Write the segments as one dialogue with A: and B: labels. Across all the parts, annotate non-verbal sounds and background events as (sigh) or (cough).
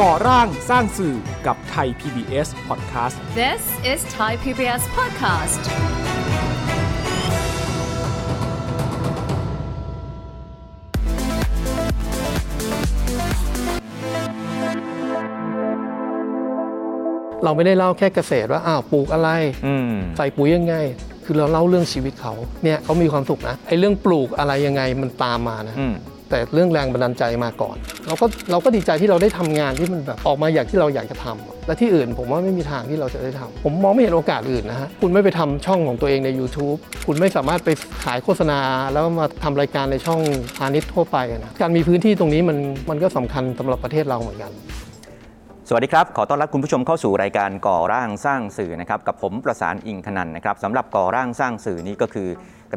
A: ก่อร่างสร้างสื่อกับไทย PBS Podcast
B: This is Thai PBS Podcast
C: เราไม่ได้เล่าแค่เกษตรว่าอ้าวปลูกอะไร
D: อืม
C: ใส่ปุ๋ยยังไง คือเราเล่าเรื่องชีวิตเขาเนี่ยเขามีความสุขนะไอ้เรื่องปลูกอะไรยังไงมันตามมานะ
D: อืม
C: แต่เรื่องแรงบันดาลใจมาก่อน เราก็เราก็ดีใจที่เราได้ทำงานที่มันแบบออกมาอย่างที่เราอยากจะทำและที่อื่นผมว่าไม่มีทางที่เราจะได้ทำผมมองไม่เห็นโอกาสอื่นนะฮะคุณไม่ไปทำช่องของตัวเองใน YouTube คุณไม่สามารถไปขายโฆษณา แล้วมาทำรายการในช่องพาณิชย์ทั่วไปอะนะการมีพื้นที่ตรงนี้มันมันก็สำคัญสำหรับประเทศเราเหมือนกัน
D: สวัสดีครับ ขอต้อนรับคุณผู้ชมเข้าสู่รายการก่อร่างสร้างสื่อนะครับ กับผมประสานอิงคนันนะครับสำหรับก่อร่างสร้างสื่อนี้ก็คือ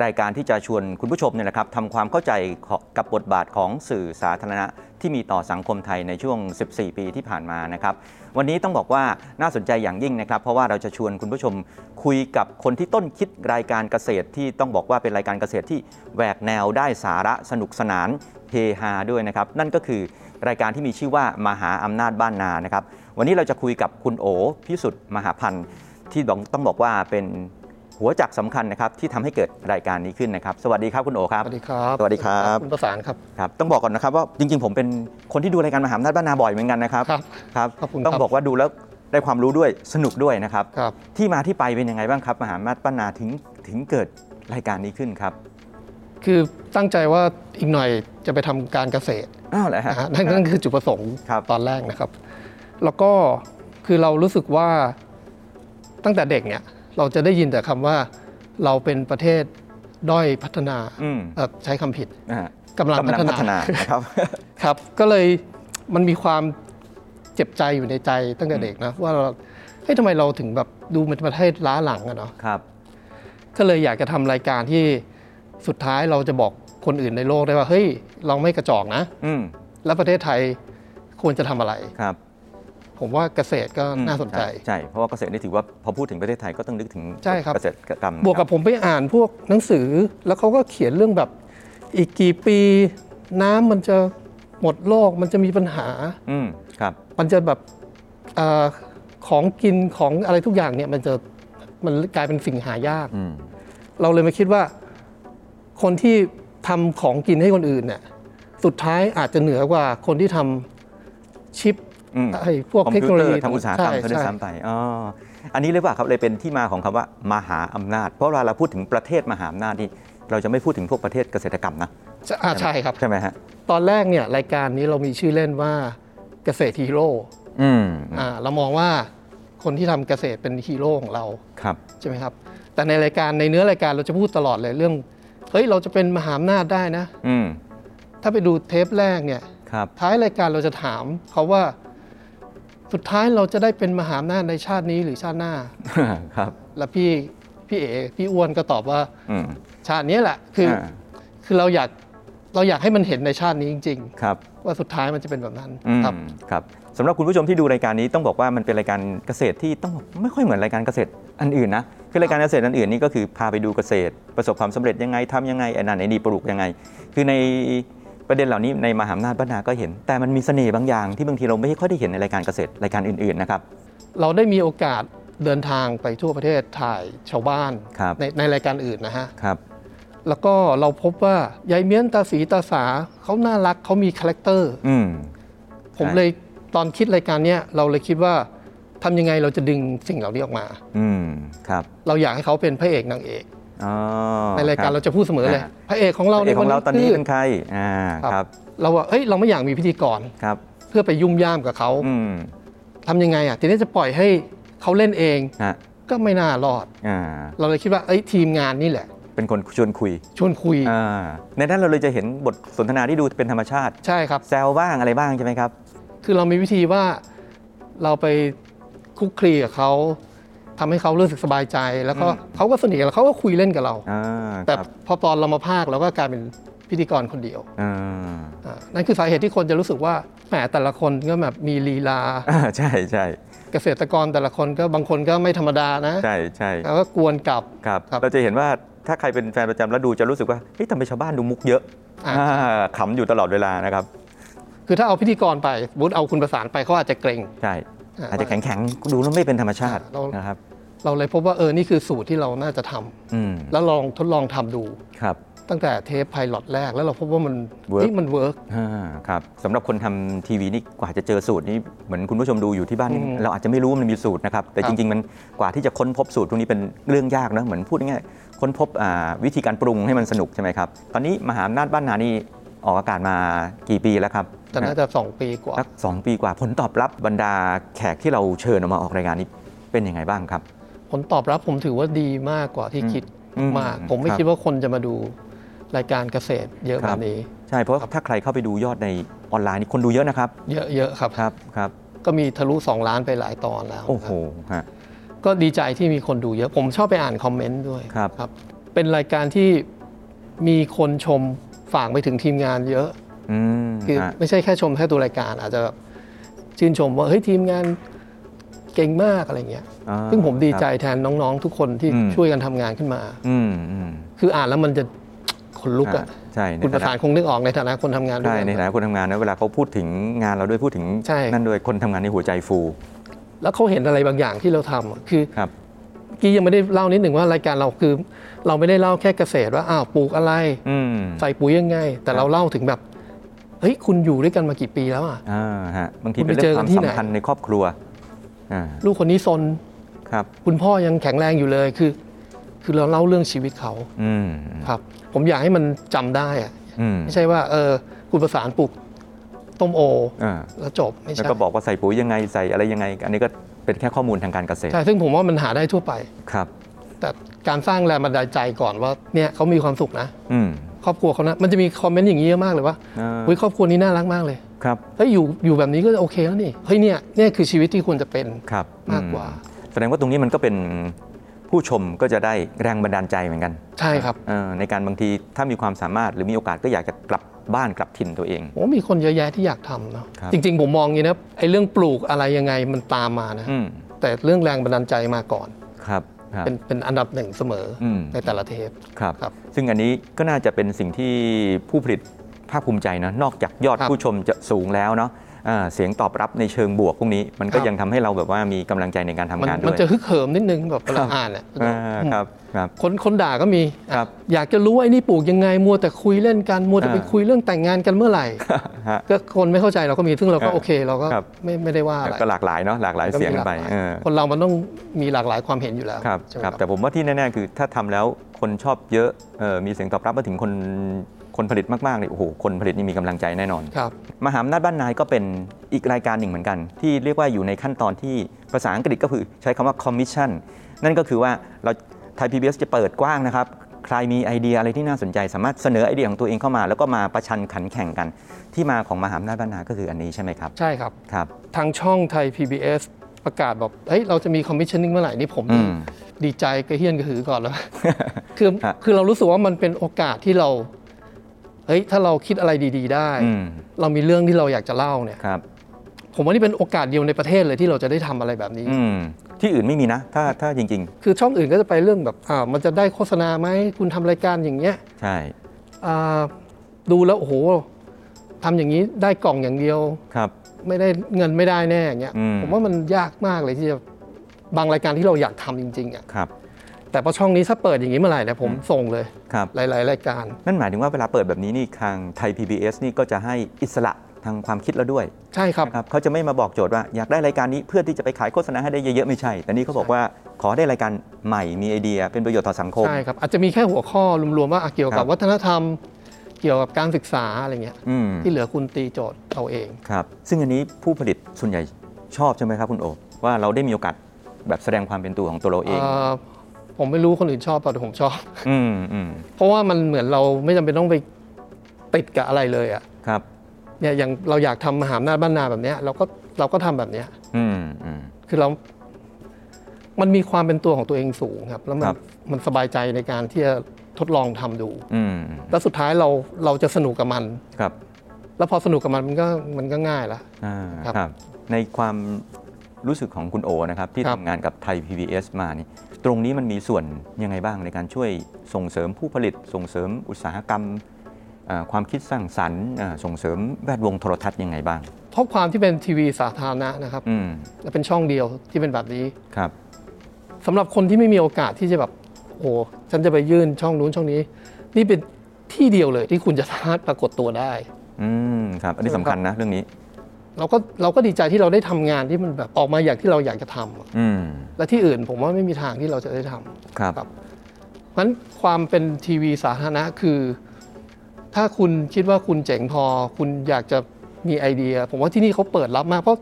D: รายการที่จะชวนคุณผู้ชมเนี่ยนะครับทำความเข้าใจของกับบทบาทของสื่อสาธารณะ ที่มีต่อสังคมไทยในช่วง 14 ปีที่ผ่านมานะครับ วันนี้ต้องบอกว่าน่าสนใจอย่างยิ่งนะครับ เพราะว่าเราจะชวนคุณผู้ชมคุยกับคนที่ต้นคิดรายการเกษตรที่ต้องบอกว่าเป็นรายการเกษตรที่แหวกแนวได้สาระสนุกสนาน เฮฮาด้วยนะครับ นั่นก็คือรายการที่มีชื่อว่ามหาอำนาจบ้านนานะครับ วันนี้เราจะคุยกับคุณโอพิสุทธิ์มหาพันธ์ที่ต้องต้องบอกว่าเป็นหัวจักรสำคัญนะครับที่ทำให้เกิดรายการนี้ขึ้นนะครับ สวัสดีครับคุณโอครับ
C: สวัสดีครับ
D: สวัสดีครับ
C: คุณประสานครับ
D: ครับต้องบอกก่อนนะครับว่าจริงๆ ผมเป็นคนที่ดูรายการมหาอำนาจบ้านนาบ่อยเหมือนกันนะครับ
C: ครับ
D: ครับ
C: ขอบคุณ
D: ต้อง
C: ครับ
D: บอกว่าดูแล้วได้ความรู้ด้วยสนุกด้วยนะครับ
C: ครับ
D: ที่มาที่ไปเป็นยังไงบ้างครับ มหาอำนาจบ้านนาถึงถึงเกิดรายการนี้ขึ้นครับ
C: คือตั้งใจว่าอีกหน่อยจะไปทำการเกษตร
D: อ้าวเหรอฮะ
C: นะฮะนั่นนั่นคือจุดประสงค์
D: ครับ
C: ตอนแรกนะครับ แล้วก็คือเรารู้สึกว่าตั้งแต่เด็กเนี่ย เราจะได้ยินแต่คำว่าเราเป็นประเทศด้อยพัฒนา
D: อืม
C: เอ่อใช้คำผิด
D: อ่าก
C: ำลังพัฒนา
D: นะครับ
C: ครับ ก็เลยมันมีความเจ็บใจอยู่ในใจตั้งแต่เด็กนะว่าเราเฮ้ยทำไมเราถึงแบบดูเป็นประเทศล้าหลังอะเนาะ
D: ครับ
C: ก็เลยอยากจะทำรายการที่สุดท้ายเราจะบอกคนอื่นในโลกได้ว่า เฮ้ย เราไม่กระจอกนะ
D: อืม
C: แล้วประเทศไทยควรจะทำอะไร
D: ครับ
C: ผมว่าเกษตรก็
D: อืม
C: น่าสนใจ
D: ใช่ เพราะว่าเกษตรนี่ถือว่าพอพูดถึงประเทศไทยก็ต้องนึกถึง
C: ใช่ครับ
D: เกษตรกรรม
C: บวกกับผมไปอ่านพวกหนังสือ แล้วเขาก็เขียนเรื่องแบบอีกกี่ปี น้ำมันจะหมดโลกมันจะมีปัญหา
D: อืมครับ
C: มันจะแบบเออของกินของอะไรทุกอย่างเนี่ยมันจะมันกลายเป็นสิ่งหายาก
D: อืม
C: เราเลยมาคิดว่าคนที่ทำของกินให้คนอื่นเนี่ยสุดท้ายอาจจะเหนือกว่าคนที่ทำชิป
D: อืม
C: ไอ้พวก
D: คอม
C: เทค
D: พิ
C: โน
D: ว
C: โล
D: เตอ
C: ยี
D: ร์ทำอุตสาหกรรมเขาด้วยซ้ำไปอ๋ออันนี้เลยว่าครับเลยเป็นที่มาของคำว่ามหาอำนาจ เพราะเวลาเราพูดถึงประเทศมหาอำนาจนี่เราจะไม่พูดถึงพวกประเทศเกษตรกรรมนะ
C: ใช่อ่าใช่ครับ
D: ใช่ไหมฮะ
C: ตอนแรกเนี่ยรายการนี้เรามีชื่อเล่นว่าเกษตรฮีโร่
D: อืม
C: อ่าเรามองว่าคนที่ทำเกษตรเป็นฮีโร่ของเรา
D: ครับ
C: ใช่ไหมครับ แต่ในรายการในเนื้อรายการเราจะพูดตลอดเลยเรื่องเฮ้ยเราจะเป็นมหาอำนาจได้นะ
D: อืม
C: ถ้าไปดูเทปแรกเนี่ย
D: ครับ (laughs)
C: ท้ายรายการเราจะถามเขาว่าสุดท้ายเราจะได้เป็นมหาอำนาจในชาตินี้หรือชาติหน้า
D: ครับ
C: แล้วพี่พี่เอ๋พี่อ้วนก็ตอบว่า
D: อืม
C: ชาตินี้แหละคืออา คือเราอยากเราอยากให้มันเห็นในชาตินี้จริง
D: ครับ
C: ๆ ว่าสุดท้ายมันจะเป็นแบบนั้น
D: อืม
C: ครับ
D: ครับสำหรับคุณผู้ชมที่ดูรายการนี้ต้องบอกว่ามันเป็นรายการเกษตรที่ต้องบอกไม่ค่อยเหมือนรายการเกษตรอันอื่นนะคือรายการเกษตรอันอื่นนี่ก็คือพาไปดูเกษตร ประสบความสำเร็จยังไงทำยังไงไอ้นั่นไอ้นี่ปลูกยังไง คือในประเด็นเหล่านี้ในมหาอำนาจบ้านนาก็เห็น แต่มันมีเสน่ห์บางอย่างที่บางทีเราไม่ค่อยได้เห็นในรายการเกษตรรายการอื่นๆนะครับ
C: เราได้มีโอกาสเดินทางไปทั่วประเทศถ่ายชาวบ้าน
D: ครับ
C: ในในรายการอื่นนะฮะ
D: ครับ
C: แล้วก็เราพบว่ายายเมี้ยนตาสีตาสาเขาน่ารักเขามีคาแรคเตอร์
D: อืม
C: ผม
D: ใช่
C: เลยตอนคิดรายการเนี้ยเราเลยคิดว่าทำยังไงเราจะดึงสิ่งเหล่านี้ออกมา
D: อืมครับ
C: เราอยากให้เขาเป็นพระเอกนางเอก
D: อ๋อ
C: ในรายการ
D: คบ
C: เราจะพูดเสมอเลย
D: อ่า
C: พระเอกของเรา
D: พระเอกของเราตอนนี้
C: คื
D: เป็นใครอ่าครับ
C: เราว่าเอ้ยเราไม่อยากมีพิธีกร
D: ครับ
C: เพื่อไปยุ่มย่ามกับเขา
D: อืม
C: ทำยังไงอ่ะทีนี้จะปล่อยให้เขาเล่นเอง
D: ฮะ
C: ก็ไม่น่ารอด
D: อ่า
C: เราเลยคิดว่าเอ้ยทีมงานนี่แหละ
D: เป็นคนชวนคุย
C: ชวนคุย
D: อ่าในนั้นเราเลยจะเห็นบทสนทนาที่ดูเป็นธรรมชาติ
C: ใช่ครับ
D: แซวบ้างอะไรบ้างใช่ไหมครับ
C: คือเรามีวิธีว่าเราไปคลุกคลีกับเขาทำให้เขารู้สึกสบายใจ แล้วก็
D: อืม
C: เขาก็สนิทกับเราเขาก็คุยเล่นกับเรา
D: อ่า
C: แต่
D: ครับ
C: พอตอนเรามาภาคเราก็กลายเป็นพิธีกรคนเดียว
D: อ่า
C: อ่านั่นคือสาเหตุที่คนจะรู้สึกว่าแหมแต่ละคนก็แบบมีลีลา
D: อ่า (laughs) ใช่ใช่
C: เกษตรกรแต่ละคนก็บางคนก็ไม่ธรรมดานะ
D: ใช่ใช่
C: แล้วก็กวนกลับ
D: ครับ
C: ครับ
D: เราจะเห็นว่าถ้าใครเป็นแฟนประจำแล้วดูจะรู้สึกว่าเฮ้ยทำไมชาวบ้านดูมุกเยอะ
C: อ่ะ
D: อ่าขำอยู่ตลอดเวลานะครับ
C: คือถ้าเอาพิธีกรไปบูธเอาคุณประสานไปเขาอาจจะเกรง
D: ใช่
C: อ่า
D: อาจจะแข็งๆดูแล้วไม่เป็นธรรมชาติ
C: อ่าเราน
D: นะครับ
C: เราเลยพบว่าเออนี่คือสูตรที่เราน่าจะทำ
D: อืม
C: แล้วลองทดลองทำดู
D: ครับ
C: ตั้งแต่เทปไพลอตแรกแล้วเราพบว่ามัน
D: Work
C: เฮ้ยมันเวิร์ก
D: อ่าครับสำหรับคนทำทีวีนี่กว่าจะเจอสูตรนี้เหมือนคุณผู้ชมดูอยู่ที่บ้านนี่
C: อืม
D: เราอาจจะไม่รู้ว่ามันมีสูตรนะครับ แต่
C: ครั
D: จ
C: บ
D: ริง ๆ มันกว่าที่จะค้นพบสูตรตรงนี้เป็นเรื่องยากนะเหมือนพูดง่ายๆค้นพบอ่าวิธีการปรุงให้มันสนุกใช่ไหมครับ ตอนนี้มหาอำนาจบ้านนานี่ออกอากาศมากี่ปีแล้วครับ
C: แต่น่าจะ 2 ปีกว่า
D: สักสองปีกว่าผลตอบรับบรรดาแขกที่เราเชิญออกมาออกรายการนี้เป็นยังไงบ้างครับ
C: ผลตอบรับผมถือว่าดีมากกว่าที่คิด
D: อืม
C: มาก ผมไม่
D: ครับ
C: คิดว่าคนจะมาดูรายการเกษตร เยอะ
D: ค
C: แบ
D: รับ
C: บนี้
D: ใช่เพราะถ้าใครเข้าไปดูยอดในออนไลน์นี่คนดูเยอะนะครับ
C: เยอะๆครับ
D: ครับครับ
C: ก็มีทะลุ 2 ล้านไปหลายตอนแล้ว
D: โอ้โห
C: ครับ
D: ฮะ
C: ก็ดีใจที่มีคนดูเยอะ ผมชอบไปอ่านคอมเมนต์ด้วย
D: ครับ
C: เป็นรายการที่มีคนชมฝากไปถึงทีมงานเยอะ
D: อืม
C: คือ
D: ฮะ
C: ไม่ใช่แค่ชมแค่ตัวรายการ อาจจะแบบชื่นชมว่าเฮ้ยทีมงานเก่งมากอะไรเงี้ย
D: อ่า
C: ซึ่งผมดีใจ
D: ครับ
C: แทนน้องๆ ทุกคนที่
D: อืม
C: ช่วยกันทำงานขึ้นมา
D: อืมอืม
C: คืออ่านแล้วมันจะขนลุกอ่ะ
D: ใช่ใน
C: คุณประสานคงนึกออกในฐานะคนทำงานด้ว
D: ใช่
C: ยกั
D: ใน
C: น
D: ฐานะคนทำงานนะเวลาเขาพูดถึงงานเราด้วยพูดถึง
C: ใช่
D: นั่นด้วยคนทำงานในหัวใจฟู
C: แล้วเขาเห็นอะไรบางอย่างที่เราทำอะคือ
D: ครับ
C: เมื่อกี้ยังไม่ได้เล่านิดหนึ่งว่ารายการเราคือ เราไม่ได้เล่าแค่เกษตรว่าอ้าวปลูกอะไร
D: อืม
C: ใส่ปุ๋ยยังไง แต่
D: ครับ
C: เราเล่าถึงแบบเฮ้ยคุณอยู่ด้วยกันมากี่ปีแล้วอ่ะ
D: อ่าฮะบางที
C: คุณ
D: เป็น
C: ไปเจ
D: เรื่อ
C: องกั
D: ควาน ม
C: ที่
D: สัม
C: ไหน
D: พันธ์ในครอบครัวอ่า
C: ลูกคนนี้ซน
D: ครับ
C: คุณพ่อยังแข็งแรงอยู่เลยคือ คือเราเล่าเรื่องชีวิตเขา
D: อืม
C: ครับ ผมอยากให้มันจำได้อะ
D: อืม
C: ไม่ใช่ว่าเออคุณประสานปลูกต้มโอ
D: อ่า
C: แล้วจบไม่
D: แล้ว
C: ใช่
D: ก็บอกว่าใส่ปุ๋ยยังไงใส่อะไรยังไง อันนี้ก็เป็นแค่ข้อมูลทางการเกษตร
C: ใช่ซึ่งผมว่ามันหาได้ทั่วไป
D: ครับ
C: แต่การสร้างแรงบันดาลใจก่อนว่าเนี่ยเขามีความสุขนะ
D: อืม
C: ครอบครัวเขานะมันจะมีคอมเมนต์อย่างนี้เยอะมากเลยว่า
D: อ่า
C: เฮ้ยครอบครัวนี้น่ารักมากเลย
D: ครับ
C: เฮ้ยอยู่อยู่แบบนี้ก็โอเคแล้วนี่เฮ้ยเนี่ยเนี่ยคือชีวิตที่ควรจะเป็น
D: ครับ
C: มากกว่า
D: อืแสดงว่าตรงนี้มันก็เป็นผู้ชมก็จะได้แรงบันดาลใจเหมือนกัน
C: ใช่ครับ
D: เอ่อในการบางทีถ้ามีความสามารถหรือมีโอกาสก็อยากจะกลับบ้านกลับถิ่นตัวเอง
C: ผมว่ามีคนเยอะแยะที่อยากทำเนาะ
D: ครับ
C: จริง ๆ ผมมองอย่างนี้นะไอ้เรื่องปลูกอะไรยังไงมันตามมานะ
D: อืม
C: แต่เรื่องแรงบันดาลใจมาก่อน
D: ครับครับ
C: เป็นเป็นอันดับหนึ่งเสมออ
D: ม
C: ในแต่ละเทป
D: ครับ
C: ครับ
D: ซึ่งอันนี้ก็น่าจะเป็นสิ่งที่ผู้ผลิตภาคภูมิใจนะนอกจากยอด
C: ครับ
D: ผู้ชมจะสูงแล้วเนาะอ่าเสียงตอบรับในเชิงบวกพวกนี้ มันก็
C: ครับ
D: ยังทำให้เราแบบว่ามีกำลังใจในการทำ
C: มัน
D: งานด้
C: มัน
D: วย
C: จะฮึกเหิมนิดนึงแบบเวลาอ่านอ่ะ
D: อ่าครับครับ
C: คนคนด่าก็มีอ่ะ
D: ครับ
C: อยากจะรู้ว่าไอ้นี่ปลูกยังไงมัวแต่คุยเล่นกันมัวแต่ไป
D: อ่า
C: คุยเรื่องแต่งงานกันเมื่อไหร่
D: (laughs) ฮะ
C: ก็คนไม่เข้าใจเราก็มีซึ่งเราก็
D: อ่า
C: โอเคเราก็
D: ครับ
C: ไม่ไม่ได้ว่าอะไร
D: ก็หลากหลายเนาะหลากหลายเสียงกันไป
C: ก็มีหลากหลา
D: เออ
C: คนเรามันต้องมีหลากหลายความเห็นอยู่แล้ว
D: ครับ
C: ใช่ไหม
D: ครับแต่ผมว่าที่แน่ ๆ คือถ้าทำแล้วคนชอบเยอะเอ่อมีเสียงตอบรับมาถึงคนคนผลิตมากๆเนี่ยโอ้โหคนผลิตนี่มีกำลังใจแน่นอน
C: ครับ
D: มหาอำนาจบ้านนายก็เป็นอีกรายการหนึ่งเหมือนกัน ที่เรียกว่าอยู่ในขั้นตอนที่ภาษาอังกฤษก็คือใช้คำว่า commission นั่นก็คือว่าเราไทยพีบีจะเปิดกว้างนะครับ ใครมีไอเดียอะไรที่น่าสนใจ สามารถเสนอไอเดียของตัวเองเข้ามา แล้วก็มาประชันขันแข่งกัน ที่มาของมหาอำนาจบ้านนาก็คืออันนี้ใช่ไหมครับ
C: ใช่ครับ
D: ครับ
C: ทางช่องไทย PBS ประกาศบอกเฮ้ยเราจะมีคอมมิชชั่นนิ่งเมื่อไหร่นี่ผม
D: อืม
C: ดีใจกระเฮียนกระหือก่
D: (laughs)
C: อนแล้ว คือ
D: ฮะ
C: คือเรารู้สึกว่ามันเป็นโอกาสที่เราเฮ้ยถ้าเราคิดอะไรดี ๆ ได้
D: อืม
C: เรามีเรื่องที่เราอยากจะเล่าเนี่ย
D: ครับ
C: ผมว่านี่เป็นโอกาสเดียวในประเทศเลยที่เราจะได้ทำอะไรแบบนี้
D: อืมที่อื่นไม่มีนะ ถ้าถ้าจริง
C: คือช่องอื่นก็จะไปเรื่องแบบอ่ามันจะได้โฆษณาไหมคุณทำรายการอย่างเงี้ย
D: ๆ ใช่
C: อ่าดูแล้วโอ้โหทำอย่างนี้ได้กล่องอย่างเดียว
D: ครับ
C: ไม่ได้เงินไม่ได้แน่อย่างเงี้ย
D: อืม
C: ผมว่ามันยากมากเลยที่จะบางรายการที่เราอยากทำจริงๆอ่ะ
D: ครับ
C: แต่พอช่องนี้ถ้าเปิดอย่างนี้เมื่อไหร่เนะผมส่งเลย
D: ครับ
C: หลาย ๆ รายการ
D: นั่นหมายถึงว่าเวลาเปิดแบบนี้นี่ทางไทย PBS นี่ก็จะให้อิสระทางความคิดเราด้วย
C: ใช่ครับ
D: นะครับเขาจะไม่มาบอกโจทย์ว่าอยากได้รายการนี้เพื่อที่จะไปขายโฆษณาให้ได้เยอะๆไม่ใช่ แต่นี่เขาบอกว่าขอได้รายการใหม่มีไอเดีย เป็นประโยชน์ต่อสังคม
C: ใช่ครับ อาจจะมีแค่หัวข้อรวมๆว่าอ่ะเกี่ยว
D: ครั
C: กับบ วัฒนธรรม เกี่ยวกับการศึกษาอะไรเงี้ย
D: อืม
C: ที่เหลือคุณตีโจทย์เอาเอง
D: ครับ ซึ่งอันนี้ผู้ผลิตส่วนใหญ่ชอบใช่ไหมครับคุณโอบว่าเราได้มีโอกาสแบบแสดงความเป็นตัวของตัวเราเอง
C: เอ่อผมไม่รู้คนอื่นชอบเปล่าแต่ผมชอบ (laughs)
D: อืมอืม
C: เพราะว่ามันเหมือนเราไม่จำเป็นต้องไปติดกับอะไรเลยอ่ะ
D: ครับ
C: เนี่ยอย่างเราอยากทำมหาอำนาจบ้านนาแบบเนี้ยเราก็เราก็ทำแบบเนี้ย
D: อืมอืม
C: คือเรา มันมีความเป็นตัวของตัวเองสูงครับ แล้วมั
D: คน รับ
C: มันสบายใจในการที่จะทดลองทำดู
D: อืม
C: แล้วสุดท้ายเราเราจะสนุกกับมัน
D: ครับ
C: แล้วพอสนุกกับมันมันก็มันก็ง่ายละ
D: อ่า
C: ครับ
D: ครับในความรู้สึกของคุณโอนะครับที่
C: ครับ
D: ทำงานกับไทย PBS มานี่ตรงนี้มันมีส่วนยังไงบ้างในการช่วยส่งเสริมผู้ผลิตส่งเสริมอุตสาหกรรม เอ่อความคิดสร้างสรรค์เอ่อส่งเสริมแวดวงโทรทัศน์ยังไงบ้าง
C: เพราะความที่เป็นทีวีสาธารณะนะครับ
D: อืม
C: และเป็นช่องเดียวที่เป็นแบบนี้
D: ครับ
C: สำหรับคนที่ไม่มีโอกาสที่จะแบบโอ้ฉันจะไปยื่นช่องนู้นช่องนี้ นี่เป็นที่เดียวเลยที่คุณจะสามารถปรากฏตัวได้
D: อืมครับ อันนี้สำคัญนะเรื่องนี้
C: เราก็เราก็ดีใจที่เราได้ทำงานที่มันแบบออกมาอย่างที่เราอยากจะทำอะ
D: อืม
C: และที่อื่นผมว่าไม่มีทางที่เราจะได้ทำ
D: ครับ
C: ครับ เพราะฉะนั้นความเป็นทีวีสาธารณะคือ ถ้าคุณคิดว่าคุณเจ๋งพอ คุณอยากจะมีไอเดีย ผมว่าที่นี่เขาเปิดรับมากเพราะ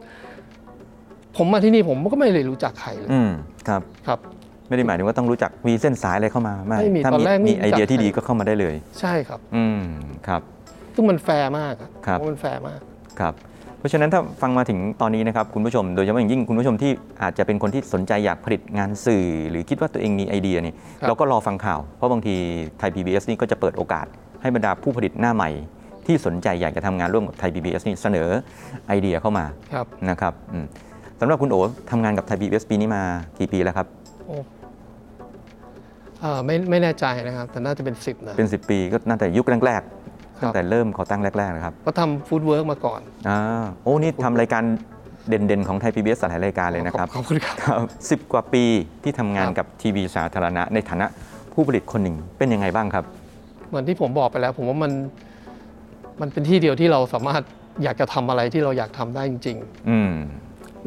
C: ผมมาที่นี่ผมก็ไม่เลยรู้จักใครเลย
D: อืมครับ
C: ครับ
D: ไม่ได้หมายถึงว่าต้องรู้จักมีเส้นสายอะไรเข้ามาไม่
C: ไม่มี
D: ถ้า
C: ตอนแรกไม่
D: มี
C: รู้จัก
D: ไอเดียที่ดีก็เข้ามาได้เลย
C: ใช่ครับ
D: อืมครับ
C: ซึ่งมันแฟร์มากอะ
D: ครับ
C: ผมว่ามันแฟร์มาก
D: ครับ เพราะฉะนั้นถ้าฟังมาถึงตอนนี้นะครับคุณผู้ชม โดยเฉพาะอย่างยิ่งคุณผู้ชมที่อาจจะเป็นคนที่สนใจอยากผลิตงานสื่อ หรือคิดว่าตัวเองมีไอเดียเนี่ย
C: ครับ
D: เราก็รอฟังข่าว เพราะบางทีไทย PBS นี่ก็จะเปิดโอกาสให้บรรดาผู้ผลิตหน้าใหม่ ที่สนใจอยากจะทำงานร่วมกับไทย PBS นี่เสนอไอเดียเข้ามา
C: ครับ
D: นะครับอืมสำหรับคุณโอทำงานกับไทย PBS ปีนี้มากี่ปีแล้วครับ
C: โอ้อ่าไม่ไม่แน่ใจนะครับ แต่น่าจะเป็นสิบนะ
D: เป็นสิบปีก็น่าจะยุคแรก
C: ค
D: ๆ
C: รับ
D: ตั้งแต่เริ่มก่อตั้งแรกๆนะครับ
C: ก็ทำฟู้ดเวิร์กมาก่อน
D: อ่าโอ้นี่ทำรายการเด่นๆ ของไทย PBS หลายรายการเลยนะครับ
C: ขอบคุณครับ
D: ครับสิบกว่าปีที่ทำงาน
C: ครับ
D: กับทีวีสาธารณะ ในฐานะผู้ผลิตคนหนึ่งเป็นยังไงบ้างครับ
C: เหมือนที่ผมบอกไปแล้ว ผมว่ามันมันเป็นที่เดียวที่เราสามารถอยากจะทำอะไรที่เราอยากทำได้จริง ๆ
D: อืม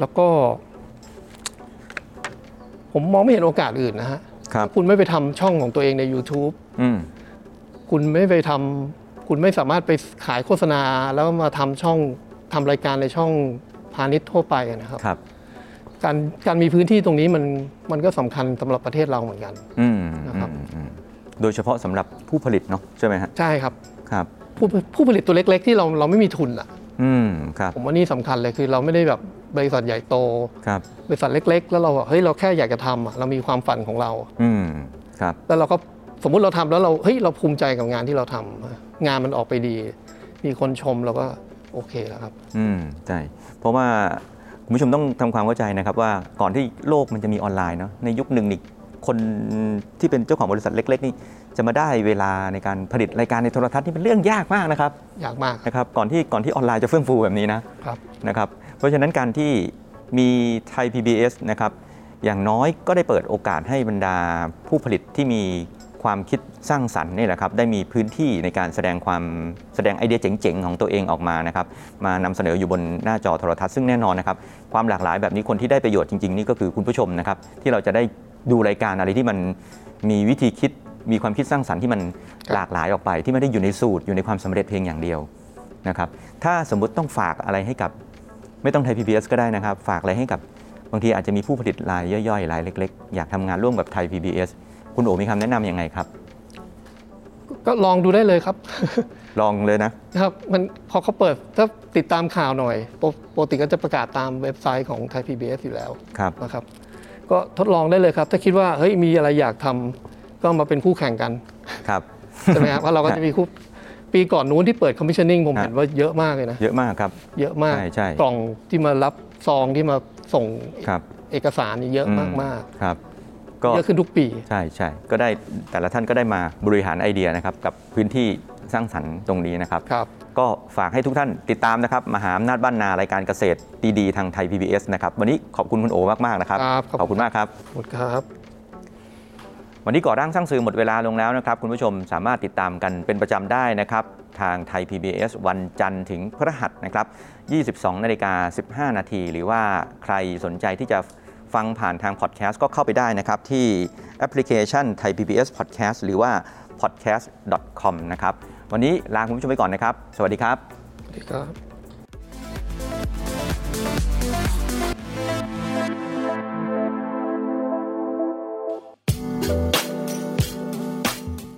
C: แล้วก็ ผมมองไม่เห็นโอกาสอื่นนะฮะ
D: ครับ
C: คุณไม่ไปทำช่องของตัวเองใน YouTube
D: อืม
C: คุณไม่ไปทำคุณไม่สามารถไปขายโฆษณา แล้วมาทำช่องทำรายการในช่องพาณิชย์ทั่วไปนะครับ
D: ครับ
C: การการมีพื้นที่ตรงนี้มันมันก็สำคัญสำหรับประเทศเราเหมือนกัน
D: อืม
C: นะครับ
D: อืมอืมโดยเฉพาะสำหรับผู้ผลิตเนาะใช่ไหมฮะ
C: ใช่ครับ
D: ครับ
C: ผู้ผู้ผลิตตัวเล็ก ๆ ที่เราเราไม่มีทุนอ่ะ
D: อืมครับ
C: ผมว่านี่สำคัญเลยคือ เราไม่ได้แบบบริษัทใหญ่โต
D: ครับ
C: บริษัทเล็ก ๆ แล้วเราแบบเฮ้ยเราแค่อยากจะทำอะเรามีความฝันของเรา
D: อืมครับ
C: แล้วเราก็สมมุติเราทำแล้วเราเฮ้ยเราภูมิใจกับงานที่เราทำงานมันออกไปดี มีคนชมเราก็โอเคแล้วครับ
D: อืมใช่เพราะว่าคุณผู้ชมต้องทำความเข้าใจนะครับว่าก่อนที่โลกมันจะมีออนไลน์เนาะในยุคหนึ่งนี่คนที่เป็นเจ้าของบริษัทเล็ก ๆ นี่จะมาได้เวลาในการผลิตรายการในโทรทัศน์นี่เป็นเรื่องยากมากนะครับ
C: อยากมาก
D: นะครับก่อนที่ก่อนที่ออนไลน์จะเฟื่องฟูแบบนี้นะ
C: ครับ
D: นะครับเพราะฉะนั้นการที่มีไทย PBS นะครับอย่างน้อยก็ได้เปิดโอกาสให้บรรดาผู้ผลิตที่มีความคิดสร้างสรรค์นี่แหละครับได้มีพื้นที่ในการแสดงความแสดงไอเดียเจ๋งๆ ของตัวเองออกมานะครับมานำเสนออยู่บนหน้าจอโทรทัศน์ซึ่งแน่นอนนะครับความหลากหลายแบบนี้คนที่ได้ประโยชน์จริงๆ นี่ก็คือคุณผู้ชมนะครับที่เราจะได้ดูรายการอะไรที่มันมีวิธีคิดมีความคิดสร้างสรรค์ที่มัน
C: ครับ
D: หลากหลายออกไป ที่ไม่ได้อยู่ในสูตรอยู่ในความสำเร็จเพียงอย่างเดียวนะครับถ้าสมมุติต้องฝากอะไรให้กับ ไม่ต้องไทย PBS ก็ได้นะครับ ฝากอะไรให้กับบางทีอาจจะมีผู้ผลิตรายย่อยๆรายเล็ก ๆ อยากทำงานร่วมกับไทย PBS คุณโอมีคำแนะนำยังไงครับ
C: ก็ลองดูได้เลยครับ (laughs)
D: ลองเลยนะ
C: นะครับมันพอเขาเปิดถ้าติดตามข่าวหน่อยปกปกติก็จะประกาศตามเว็บไซต์ของไทยพีบีอยู่แล้ว
D: ครับ
C: นะครับ ก็ทดลองได้เลยครับ ถ้าคิดว่าเฮ้ยมีอะไรอยากทำก็มาเป็นคู่แข่งกัน
D: ครับ
C: ใช่ไหมครับเพราะเราก็จะมีคู่ปีก่อนนู้นที่เปิดคอมมิชชั่นนิ่งผม
D: ครับ
C: เห็นว่าเยอะมากเลยนะ
D: (laughs) เยอะมากครับ
C: เยอะมาก
D: ใช่ใช่
C: กล่องที่มารับซองที่มาส่ง
D: ครับ
C: เอกสารนี่เยอะมากมากๆ
D: ครับ ก็
C: เยอะขึ้นทุกปี
D: ใช่ใช่ก็ได้แต่ละท่านก็ได้มาบริหารไอเดียนะครับกับพื้นที่สร้างสรรค์ตรงนี้นะครับ
C: ครับ
D: ก็ฝากให้ทุกท่านติดตามนะครับ มหาอำนาจบ้านนารายการเกษตรดีๆทางไทย PBS นะครับวันนี้ขอบคุณคุณโอมากๆนะครับ
C: ครับขอบคุณ
D: ขอบคุณมากครับ
C: ขอบคุณครับ
D: วันนี้ก่อร่างสร้างสื่อหมดเวลาลงแล้วนะครับ คุณผู้ชมสามารถติดตามกันเป็นประจำได้นะครับ ทางไทย PBS วันจันทร์ถึงพฤหัสนะครับ 22นาฬิกา15 นาที หรือว่าใครสนใจที่จะฟังผ่านทางพอดแคสต์ก็เข้าไปได้นะครับ ที่แอปพลิเคชันไทย PBS Podcast หรือว่า podcast.com นะครับ วันนี้ลาคุณผู้ชมไปก่อนนะครับ สวัสดีครับ
C: สวัสดีครับ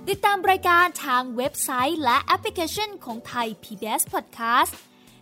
E: ติดตามรายการทางเว็บไซต์และแอปพลิเคชันของไทย PBS Podcast